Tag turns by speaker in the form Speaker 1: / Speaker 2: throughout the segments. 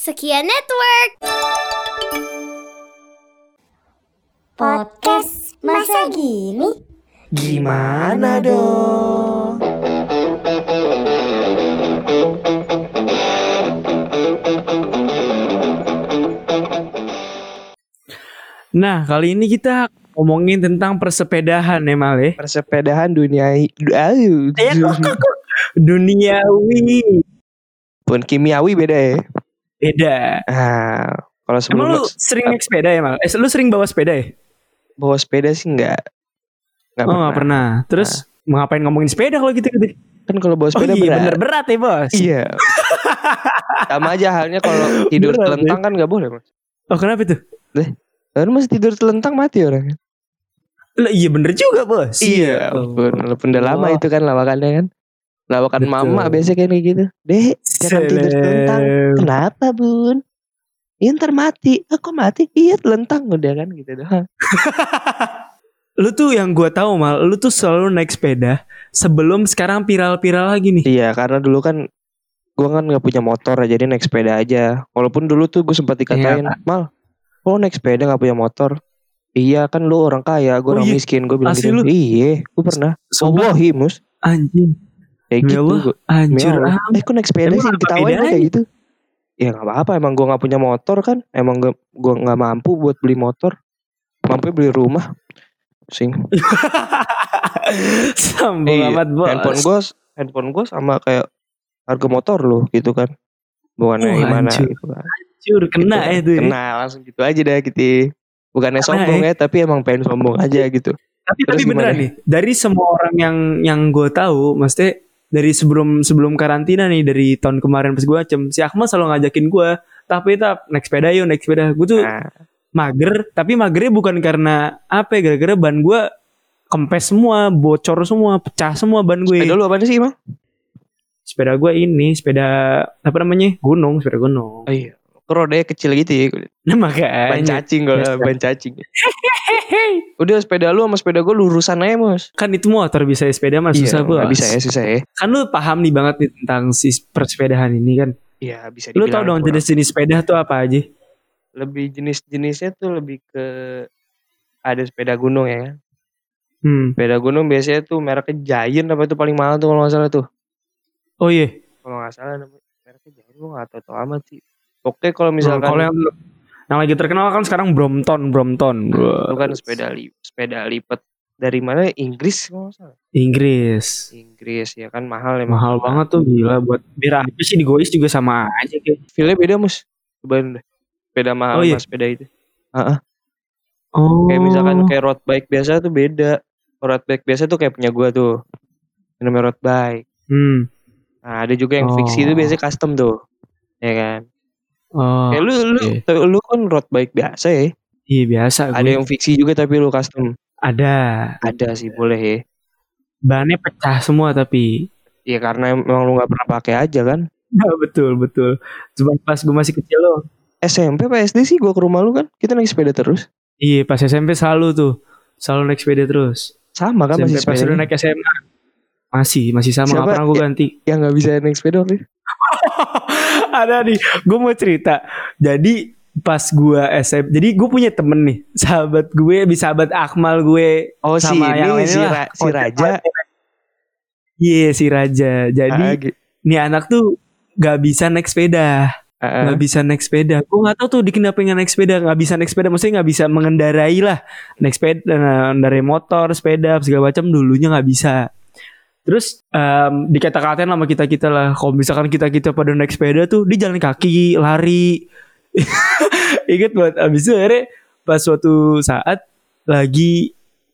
Speaker 1: Sekian Network.
Speaker 2: Podcast masa gini?
Speaker 3: Gimana dong?
Speaker 4: Nah, kali ini kita ngomongin tentang persepedahan ya, Mal ya.
Speaker 3: Persepedahan dunia du- aduh,
Speaker 4: Eh, kok, kok, kok. Duniawi.
Speaker 3: pun kimiawi beda ya.
Speaker 4: Beda.
Speaker 3: Ah, kalau sebelum
Speaker 4: Emang lu
Speaker 3: lu
Speaker 4: sering naik sepeda ya, Mal? Eh, lu sering bawa sepeda ya?
Speaker 3: bawa sepeda sih enggak. Enggak
Speaker 4: oh, nggak pernah. Terus mau ngapain ngomongin sepeda kalau gitu? gitu?
Speaker 3: Kan kalau bawa
Speaker 4: Oh
Speaker 3: sepeda
Speaker 4: iya,
Speaker 3: berat.
Speaker 4: bener berat ya, Bos.
Speaker 3: Iya. Sama aja halnya kalau tidur
Speaker 4: Berat,
Speaker 3: telentang kan enggak boleh, Mas.
Speaker 4: Oh, kenapa tuh?
Speaker 3: Kan masih tidur telentang mati orang.
Speaker 4: Lah, iya bener juga, Bos. Ya
Speaker 3: Walaupun, walaupun udah lama
Speaker 4: Oh.
Speaker 3: itu kan lawakannya kan. Lawakan
Speaker 4: Betul.
Speaker 3: mama biasanya kan kayak gitu. Dek, jangan tidur telentang.
Speaker 4: Seleb.
Speaker 3: Kenapa bun? Iya ntar mati. Aku mati. Iya telentang udah kan gitu doang.
Speaker 4: Lu tuh yang gua tahu Mal, lu tuh selalu naik sepeda sebelum sekarang viral-viral lagi nih.
Speaker 3: Iya karena dulu kan gue kan nggak punya motor jadi naik sepeda aja. Walaupun dulu tuh gue
Speaker 4: Iya,
Speaker 3: sempat dikatain mal, lo naik sepeda nggak punya motor. Iya kan lu orang kaya, gue
Speaker 4: Oh,
Speaker 3: orang
Speaker 4: iya.
Speaker 3: miskin, gue bilang
Speaker 4: Asli
Speaker 3: gitu.
Speaker 4: lu.
Speaker 3: Iya, gue pernah.
Speaker 4: Sumpah,
Speaker 3: Wallahi mus,
Speaker 4: anjing. Demi
Speaker 3: kayak gitu.
Speaker 4: Allah,
Speaker 3: gua. Demi
Speaker 4: Hancur
Speaker 3: Allah.
Speaker 4: ah.
Speaker 3: Eh, gue naik sepeda
Speaker 4: Emang
Speaker 3: sih
Speaker 4: apa
Speaker 3: diketawain lu kayak
Speaker 4: bedanya?
Speaker 3: gitu. Ya nggak apa-apa, emang gue nggak punya motor kan, emang gue gue nggak mampu buat beli motor, mampu beli rumah. Sing.
Speaker 4: Sambung
Speaker 3: Iya,
Speaker 4: amat, Bos.
Speaker 3: handphone gue handphone gue sama kayak harga motor lo gitu kan bukannya
Speaker 4: Wah,
Speaker 3: gimana
Speaker 4: hancur.
Speaker 3: gitu kan
Speaker 4: Hancur, kena
Speaker 3: Gitu.
Speaker 4: ya tuh. ya.
Speaker 3: kena langsung gitu aja dah gitu bukannya
Speaker 4: Kena,
Speaker 3: sombong ya tapi emang pengen sombong aja gitu
Speaker 4: Tapi
Speaker 3: Terus
Speaker 4: tapi beneran
Speaker 3: gimana?
Speaker 4: nih, dari semua orang yang yang gue tahu, maksudnya dari sebelum sebelum karantina nih dari tahun kemarin pas gue cem si Ahmad selalu ngajakin gue tapi tap naik sepeda yuk naik sepeda gue tuh
Speaker 3: nah,
Speaker 4: mager tapi magernya bukan karena apa ya gara-gara ban gue kempes semua bocor semua pecah semua ban gue
Speaker 3: sepeda lu apa sih emang
Speaker 4: sepeda gue ini sepeda apa namanya gunung sepeda gunung
Speaker 3: oh, iya rodanya kecil gitu ya
Speaker 4: nah
Speaker 3: ban
Speaker 4: makanya
Speaker 3: cacing kalau
Speaker 4: Biasa.
Speaker 3: ban cacing udah sepeda lu sama sepeda gue lurusan aja mas
Speaker 4: kan itu motor bisa ya, sepeda mah susah bos
Speaker 3: nggak bisa ya susah ya
Speaker 4: kan lu paham nih banget nih tentang si persepedahan ini kan
Speaker 3: Iya bisa
Speaker 4: lu
Speaker 3: dibilang
Speaker 4: tau dong
Speaker 3: kurang.
Speaker 4: jenis-jenis sepeda tuh apa aja
Speaker 3: lebih jenis-jenisnya tuh lebih ke ada sepeda gunung ya kan
Speaker 4: hmm.
Speaker 3: sepeda gunung biasanya tuh mereknya Giant apa tuh paling mahal tuh kalau nggak salah tuh
Speaker 4: oh iya
Speaker 3: kalau nggak salah namanya mereknya Giant gue nggak tahu tahu amat sih oke kalau
Speaker 4: Nah,
Speaker 3: misalkan
Speaker 4: kalau yang yang lagi terkenal kan sekarang Brompton Brompton
Speaker 3: itu kan sepeda li sepeda lipat dari mana Inggris kalau nggak salah
Speaker 4: Inggris
Speaker 3: Inggris ya kan mahal emang
Speaker 4: mahal banget tuh gila buat biar apa sih digois juga sama aja kayak
Speaker 3: feelnya beda mus cobain deh sepeda mahal
Speaker 4: Oh, iya.
Speaker 3: sama sepeda itu
Speaker 4: oh
Speaker 3: kayak misalkan kayak road bike biasa tuh beda road bike biasa tuh kayak punya gua tuh Yang namanya road bike
Speaker 4: hmm.
Speaker 3: nah ada juga yang fiksi
Speaker 4: Oh.
Speaker 3: itu biasanya custom tuh ya kan
Speaker 4: oh
Speaker 3: kayak lu lu lu kan road bike biasa ya
Speaker 4: iya biasa
Speaker 3: ada
Speaker 4: gue.
Speaker 3: yang fiksi juga tapi lu custom
Speaker 4: ada
Speaker 3: Ada sih boleh ya.
Speaker 4: bannya pecah semua tapi
Speaker 3: Ya karena emang lu nggak pernah pakai aja kan.
Speaker 4: Nah, betul betul cuma pas gue masih kecil loh
Speaker 3: SMP apa SD sih gua ke rumah lu kan. Kita naik sepeda terus.
Speaker 4: iya pas SMP selalu tuh selalu naik sepeda terus
Speaker 3: Sama kan
Speaker 4: sampai
Speaker 3: masih
Speaker 4: pas
Speaker 3: sepeda.
Speaker 4: udah naik SMA masih masih sama nggak
Speaker 3: Siapa?
Speaker 4: pernah gue
Speaker 3: Ya-
Speaker 4: ganti
Speaker 3: Yang nggak bisa naik sepeda waktu itu.
Speaker 4: ada nih gue mau cerita jadi pas gue SM jadi gue punya temen nih sahabat gue bisa sahabat Akmal gue
Speaker 3: Oh si
Speaker 4: sama yang
Speaker 3: ini
Speaker 4: lain
Speaker 3: si,
Speaker 4: lah. Oh,
Speaker 3: Ra- si Raja.
Speaker 4: iya si Raja jadi
Speaker 3: Ah, gi-
Speaker 4: nih anak tuh gak bisa naik sepeda
Speaker 3: ah, ah.
Speaker 4: nggak bisa naik sepeda gue nggak tahu tuh dikenapa nggak naik sepeda nggak bisa naik sepeda maksudnya nggak bisa mengendarai lah naik sepeda nah, dari motor sepeda segala macam dulunya nggak bisa terus em, dikata-katain sama kita kita lah kalau misalkan kita kita pada naik sepeda tuh dia jalan kaki lari inget buat abis itu akhirnya pas suatu saat lagi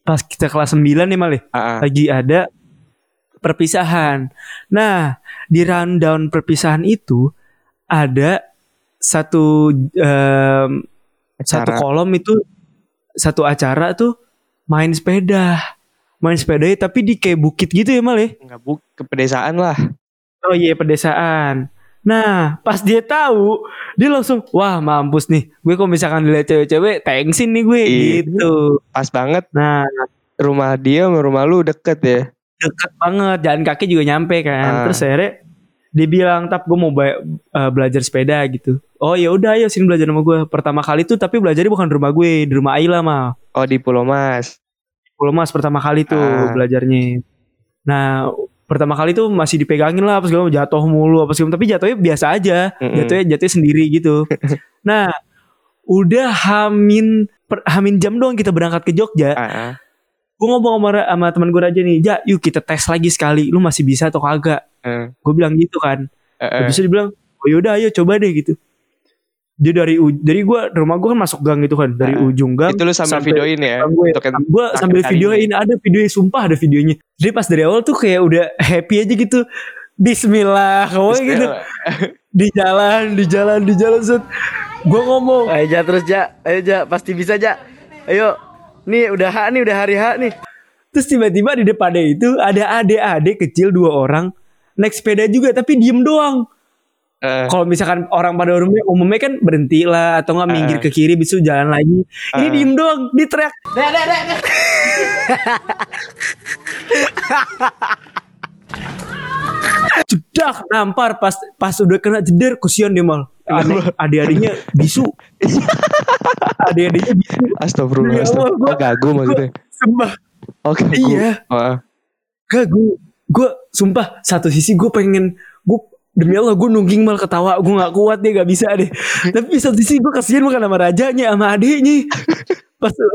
Speaker 4: pas kita kelas 9 nih ya? malah
Speaker 3: Ah, ah.
Speaker 4: lagi ada perpisahan. Nah, di rundown perpisahan itu ada satu em, satu
Speaker 3: Acara.
Speaker 4: kolom itu satu acara tuh main sepeda. Main sepeda ya, tapi di kayak bukit gitu ya Mal ya.
Speaker 3: nggak bu ke pedesaan lah.
Speaker 4: Oh iya pedesaan. Nah, pas dia tahu, dia langsung wah mampus nih. Gue kalau misalkan dilihat cewek-cewek tengsin nih gue
Speaker 3: Iya.
Speaker 4: gitu.
Speaker 3: Pas banget
Speaker 4: Nah,
Speaker 3: rumah dia sama rumah lu deket ya.
Speaker 4: deket banget jalan kaki juga nyampe kan
Speaker 3: Ah.
Speaker 4: terus akhirnya dia bilang tap gue mau ba- eh, belajar sepeda gitu oh ya udah ayo sini belajar sama gue pertama kali tuh tapi belajarnya bukan di rumah gue di rumah Aila mah
Speaker 3: Oh di Pulau Mas.
Speaker 4: Pulau Mas pertama kali tuh
Speaker 3: Ah.
Speaker 4: belajarnya. Nah, pertama kali tuh masih dipegangin lah pas gue jatuh mulu apa segala tapi jatuhnya biasa aja.
Speaker 3: Mm-mm.
Speaker 4: Jatuhnya jatuhnya sendiri gitu. nah, udah hamin per- hamin jam doang kita berangkat ke Jogja.
Speaker 3: Ah, ah.
Speaker 4: Gue ngomong sama, ra- sama teman gue aja nih, "Ja, yuk kita tes lagi sekali. Lu masih bisa atau kagak?"
Speaker 3: Eh,
Speaker 4: Gue bilang gitu kan.
Speaker 3: eh, eh.
Speaker 4: Habis itu dibilang, "Oh yaudah ayo coba deh" gitu. Dia dari u- dari gua rumah gua kan masuk gang gitu kan, dari
Speaker 3: Ah.
Speaker 4: ujung gang
Speaker 3: Itu lu sambil
Speaker 4: sampai-
Speaker 3: videoin ya.
Speaker 4: gue
Speaker 3: Untuk yang
Speaker 4: gue sambil
Speaker 3: terakhir
Speaker 4: videoin ada videonya sumpah ada videonya jadi pas dari awal tuh kayak udah happy aja gitu Bismillah kamu gitu
Speaker 3: Bismillah.
Speaker 4: di jalan di jalan di jalan set gue ngomong
Speaker 1: Ayo Ja terus Ja, ayo Ja, pasti bisa Ja. Ayo. Nih udah H nih, udah hari H nih.
Speaker 4: terus tiba-tiba di depannya itu ada adik-adik kecil dua orang naik sepeda juga tapi diem doang
Speaker 3: Eh,
Speaker 4: kalau misalkan orang pada umumnya umumnya kan berhenti lah atau nggak minggir
Speaker 3: Eh.
Speaker 4: ke kiri bisu jalan lagi ini
Speaker 3: Eh.
Speaker 4: diem doang dia teriak jedak nampar pas pas udah kena jeder kesian dia mal aneh adik-adiknya bisu adik-adiknya bisu
Speaker 3: Astagfirullah.
Speaker 4: Demi
Speaker 3: astagfirullah.
Speaker 4: Allah, Iya, gua-
Speaker 3: Oh gagu maksudnya.
Speaker 4: sembah
Speaker 3: Oh gagu.
Speaker 4: Iya.
Speaker 3: Oh, ah.
Speaker 4: Gak gue Gue sumpah Satu sisi gue pengen Gue Demi Allah gue nungging mal ketawa Gue gak kuat deh gak bisa deh Tapi satu sisi gue kasihan bukan sama rajanya Sama adiknya Pas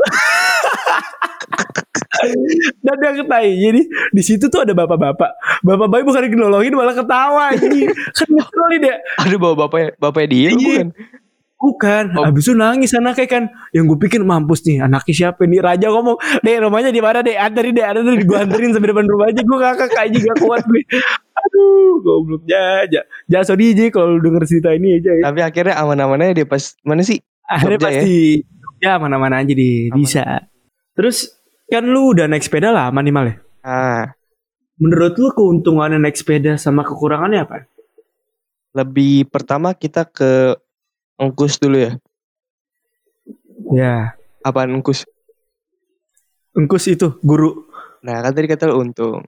Speaker 4: Dan yang ketai Jadi di situ tuh ada bapak-bapak Bapak-bapak bukan nolongin malah ketawa Jadi Kan ngeselin ya
Speaker 3: Aduh bawa bapaknya, bapaknya dia
Speaker 4: Iya.
Speaker 3: kan. bukan?
Speaker 4: Bukan
Speaker 3: Oh.
Speaker 4: Abis itu nangis anaknya kan Yang gue pikir mampus nih Anaknya siapa nih Raja ngomong Deh rumahnya di mana deh Anterin deh anterin Gue anterin sampai depan rumah aja Gue kakak aja gak kuat gue Aduh Goblok Ja Ja Ja sorry aja Kalau lu denger cerita ini aja ya.
Speaker 3: Tapi akhirnya aman-amannya dia pas mana sih?
Speaker 4: Akhirnya
Speaker 3: Ah, Jogja
Speaker 4: pasti Ya mana-mana aja deh
Speaker 3: Aman.
Speaker 4: Bisa Terus Kan lu udah naik sepeda lama nih Mal ya
Speaker 3: Ah,
Speaker 4: Menurut lu keuntungannya naik sepeda Sama kekurangannya apa?
Speaker 3: lebih pertama kita ke engkus dulu ya.
Speaker 4: Ya
Speaker 3: Apaan engkus?
Speaker 4: Engkus itu Guru
Speaker 3: Nah, kan tadi kata lu untung.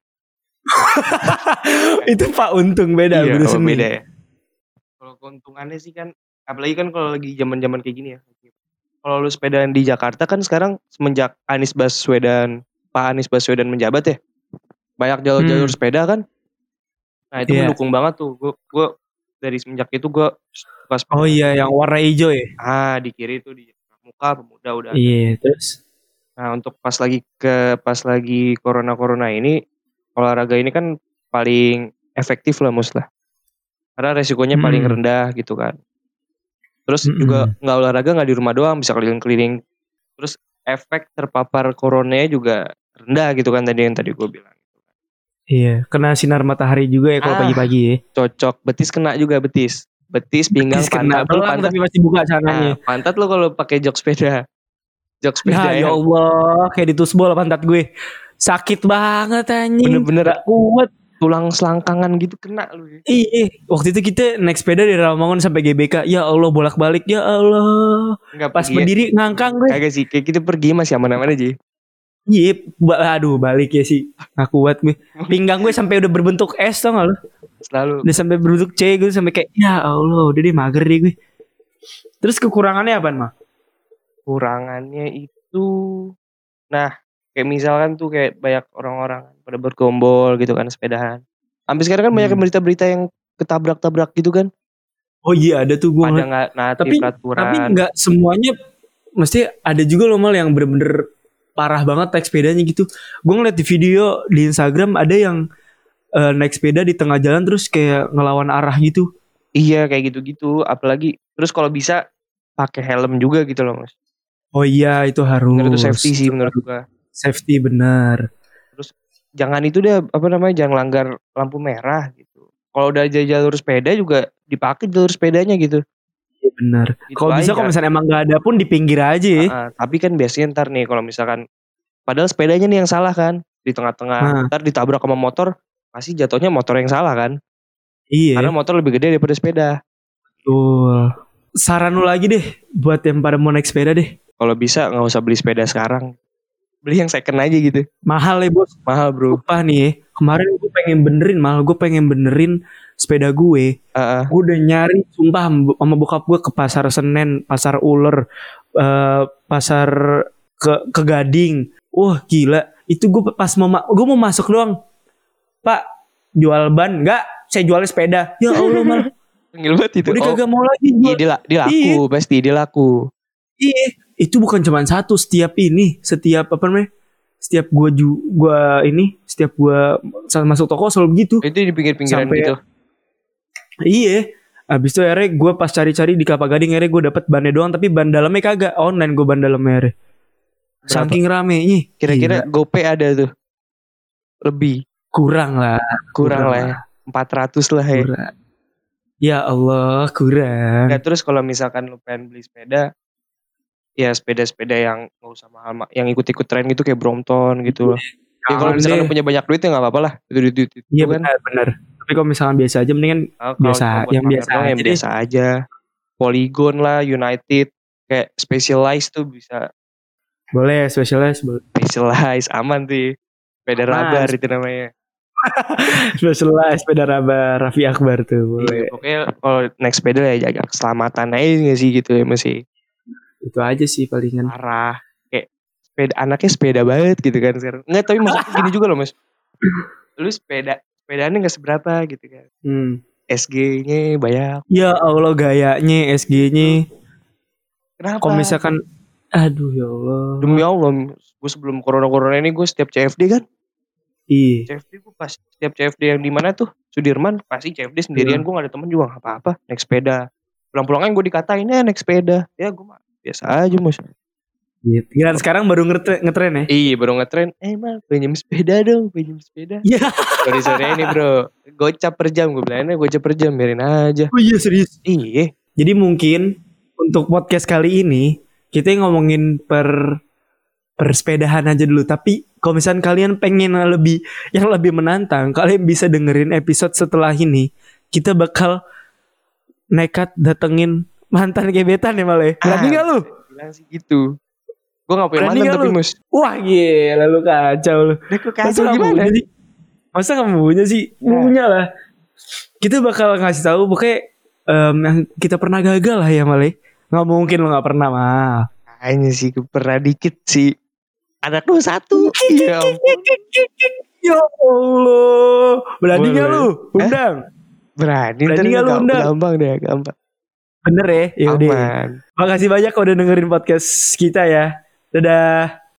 Speaker 4: Itu Pak Untung beda guru
Speaker 3: oh,
Speaker 4: seni.
Speaker 3: beda ya. Kalau keuntungannya sih kan apalagi kan kalau lagi zaman-zaman kayak gini ya. Kalau lu sepedaan di Jakarta kan sekarang semenjak Anies Baswedan, Pak Anies Baswedan menjabat ya. Banyak jalur-jalur
Speaker 4: Hmm.
Speaker 3: sepeda kan. Nah, itu
Speaker 4: Iya.
Speaker 3: mendukung banget tuh. Gue gue dari semenjak itu gue suka sepeda.
Speaker 4: Oh iya yang warna hijau ya
Speaker 3: Ah, di kiri itu di muka pemuda udah. ada.
Speaker 4: Iya terus
Speaker 3: Nah, untuk pas lagi ke pas lagi corona-corona ini olahraga ini kan paling efektif lah muslah. Karena resikonya paling
Speaker 4: Mm-mm.
Speaker 3: rendah gitu kan. Terus
Speaker 4: Mm-mm.
Speaker 3: juga nggak olahraga nggak di rumah doang bisa keliling-keliling. Terus efek terpapar coronanya juga rendah gitu kan tadi yang tadi gue bilang.
Speaker 4: Iya, kena sinar matahari juga ya kalau
Speaker 3: Ah.
Speaker 4: pagi-pagi ya.
Speaker 3: Cocok betis kena juga betis. Betis pinggang
Speaker 4: Terus kena
Speaker 3: pantat lu
Speaker 4: belang
Speaker 3: pantat.
Speaker 4: tapi masih buka
Speaker 3: Nah,
Speaker 4: celananya.
Speaker 3: pantat lu kalau pakai jok sepeda. Jok sepeda
Speaker 4: Nah, ya
Speaker 3: yang
Speaker 4: Allah, kayak ditusbol pantat gue. Sakit banget anjing.
Speaker 3: bener-bener ah.
Speaker 4: Gak kuat.
Speaker 3: tulang selangkangan gitu kena lu. ya.
Speaker 4: Iya, waktu itu kita naik sepeda dari Rawamangun sampai GBK. Ya Allah, bolak-balik. Ya Allah.
Speaker 3: Nggak
Speaker 4: Pas
Speaker 3: pergi ya.
Speaker 4: berdiri ngangkang gue.
Speaker 3: Kagak sih, kayak kita pergi masih aman-aman aja.
Speaker 4: Iya, ba- aduh balik ya sih. Gak kuat gue. Pinggang gue sampai udah berbentuk S tau gak lu?
Speaker 3: Selalu.
Speaker 4: Udah sampai berbentuk C gue sampai kayak ya Allah, udah deh mager deh gue. Terus kekurangannya apaan, mah?
Speaker 3: Kurangannya itu, nah kayak misalkan tuh kayak banyak orang-orang pada bergombol gitu kan sepedahan. Sampai sekarang kan banyak
Speaker 4: Hmm.
Speaker 3: berita-berita yang ketabrak-tabrak gitu kan.
Speaker 4: Oh iya, ada tuh gue.
Speaker 3: Pada
Speaker 4: ngeliat.
Speaker 3: nggak naati
Speaker 4: Tapi-
Speaker 3: peraturan.
Speaker 4: Tapi nggak semuanya mesti ada juga loh mal yang bener-bener parah banget naik sepedanya gitu. Gue ngeliat di video di Instagram ada yang eh, naik sepeda di tengah jalan terus kayak ngelawan arah gitu.
Speaker 3: Iya kayak gitu-gitu. Apalagi terus kalau bisa pakai helm juga gitu loh mas.
Speaker 4: Oh iya itu harus.
Speaker 3: Menurut itu safety sih menurut gua.
Speaker 4: Safety bener.
Speaker 3: Jangan itu deh apa namanya jangan langgar lampu merah gitu. Kalau udah aja jalur sepeda juga dipakai jalur sepedanya gitu.
Speaker 4: Iya bener.
Speaker 3: Gitu
Speaker 4: Kalau bisa
Speaker 3: aja.
Speaker 4: kalau misalnya emang nggak ada pun di pinggir aja ya.
Speaker 3: Ah, tapi kan biasanya ntar nih kalau misalkan padahal sepedanya nih yang salah kan
Speaker 4: Ah.
Speaker 3: di tengah-tengah ntar ditabrak sama motor pasti jatuhnya motor yang salah kan
Speaker 4: Iya.
Speaker 3: karena motor lebih gede daripada sepeda
Speaker 4: Betul. Saran lu lagi deh buat yang pada mau naik sepeda deh.
Speaker 3: kalau bisa nggak usah beli sepeda sekarang beli yang second aja gitu
Speaker 4: Mahal ya bos.
Speaker 3: mahal bro
Speaker 4: Sumpah nih ya, kemarin gue pengen benerin malah gue pengen benerin sepeda gue
Speaker 3: Heeh.
Speaker 4: gue udah nyari sumpah m- sama bokap gue ke pasar Senen pasar Uler eh, pasar ke ke Gading wah gila itu gue pas mau ma- gue mau masuk doang pak jual ban enggak saya jualnya sepeda ya Allah malah
Speaker 3: Tengil banget itu.
Speaker 4: udah
Speaker 3: Oh,
Speaker 4: kagak mau lagi
Speaker 3: iya,
Speaker 4: jual.
Speaker 3: dia, la- dia laku, pasti dia laku.
Speaker 4: Iya, itu bukan cuma satu setiap ini, setiap apa namanya? Setiap gua ju gua ini, setiap gua saat masuk toko selalu begitu.
Speaker 3: Itu di pinggir-pinggiran
Speaker 4: Sampai-
Speaker 3: gitu.
Speaker 4: Iya. Abis itu akhirnya gue pas cari-cari di Kelapa Gading akhirnya gue dapet bannya doang tapi ban dalamnya kagak online gue ban dalamnya akhirnya. Saking rame ih,
Speaker 3: Kira-kira
Speaker 4: gila.
Speaker 3: GoPay ada tuh. Lebih
Speaker 4: kurang lah,
Speaker 3: kurang, lah ya. 400 lah ya.
Speaker 4: kurang. Ya Allah kurang.
Speaker 3: Nah, terus kalau misalkan lu pengen beli sepeda ya sepeda-sepeda yang nggak usah mahal ma- yang ikut-ikut tren gitu kayak Brompton gitu loh. Ya kalau
Speaker 4: Jangan
Speaker 3: misalkan
Speaker 4: deh.
Speaker 3: lu punya banyak duit ya nggak apa-apa lah. Itu duit duit. itu
Speaker 4: Iya
Speaker 3: kan.
Speaker 4: benar-benar. Tapi kalau misalnya biasa aja mendingan
Speaker 3: Ah, kalau
Speaker 4: Biasa,
Speaker 3: cuma buat
Speaker 4: yang
Speaker 3: pamer
Speaker 4: biasa
Speaker 3: doang, yang
Speaker 4: aja deh.
Speaker 3: biasa aja. Polygon lah, United kayak specialized tuh bisa
Speaker 4: boleh specialized boleh.
Speaker 3: specialized aman tuh. Sepeda
Speaker 4: Aman.
Speaker 3: rabar itu namanya.
Speaker 4: Specialized sepeda raba Raffi Akbar tuh boleh.
Speaker 3: Iya, pokoknya kalau naik sepeda ya jaga keselamatan aja nggak sih gitu ya masih
Speaker 4: Itu aja sih palingan.
Speaker 3: parah kayak sepeda anaknya sepeda banget gitu kan sekarang nggak tapi maksudnya gini juga loh mas lu sepeda sepedaannya nggak seberapa gitu kan
Speaker 4: Hmm.
Speaker 3: SG-nya banyak
Speaker 4: Ya Allah gayanya SG-nya
Speaker 3: kenapa
Speaker 4: Kalau misalkan Aduh ya Allah
Speaker 3: demi Allah gue sebelum corona corona ini gue setiap CFD kan
Speaker 4: Ih,
Speaker 3: CFD gue pasti setiap CFD yang di mana tuh Sudirman pasti CFD sendirian gue gak ada temen juga gak apa-apa naik sepeda pulang-pulangnya gue dikatain ya naik sepeda ya gue mah biasa aja mas
Speaker 4: gitu. Gila, sekarang baru ngetren, ngetren ya
Speaker 3: Iya baru ngetren Eh mal pinjem sepeda dong Pinjem sepeda
Speaker 4: Iya.
Speaker 3: Sorry sorry ini bro Gocap per jam Gue bilangnya gocap per jam Biarin aja
Speaker 4: Oh iya serius
Speaker 3: Iya
Speaker 4: Jadi mungkin Untuk podcast kali ini Kita ngomongin per Persepedahan aja dulu Tapi Kalau misalkan kalian pengen lebih Yang lebih menantang Kalian bisa dengerin episode setelah ini Kita bakal Nekat datengin Mantan gebetan ya malah ya. Berani
Speaker 3: Ah,
Speaker 4: gak lu?
Speaker 3: Bilang sih gitu Gue gak punya
Speaker 4: Berani
Speaker 3: mantan
Speaker 4: nggak
Speaker 3: tapi
Speaker 4: lu?
Speaker 3: mus
Speaker 4: Wah gila lu kacau lu
Speaker 3: Deku
Speaker 4: Masa kamu punya sih? Masa kamu punya sih? Punya lah. Kita bakal ngasih tahu pokoknya em, yang kita pernah gagal lah ya Male. Nggak mungkin lo nggak pernah mal.
Speaker 3: Kayaknya sih gua Pernah dikit sih Anak lu satu Iya ampun.
Speaker 4: Ya Allah. Berani
Speaker 3: Boleh.
Speaker 4: nggak lu? Undang.
Speaker 3: Berani
Speaker 4: Berani
Speaker 3: ntar
Speaker 4: nggak lu
Speaker 3: gam-
Speaker 4: undang?
Speaker 3: Gampang deh Gampang
Speaker 4: Bener ya? Yaudah.
Speaker 3: Aman
Speaker 4: Makasih banyak udah dengerin podcast kita ya. Dadah.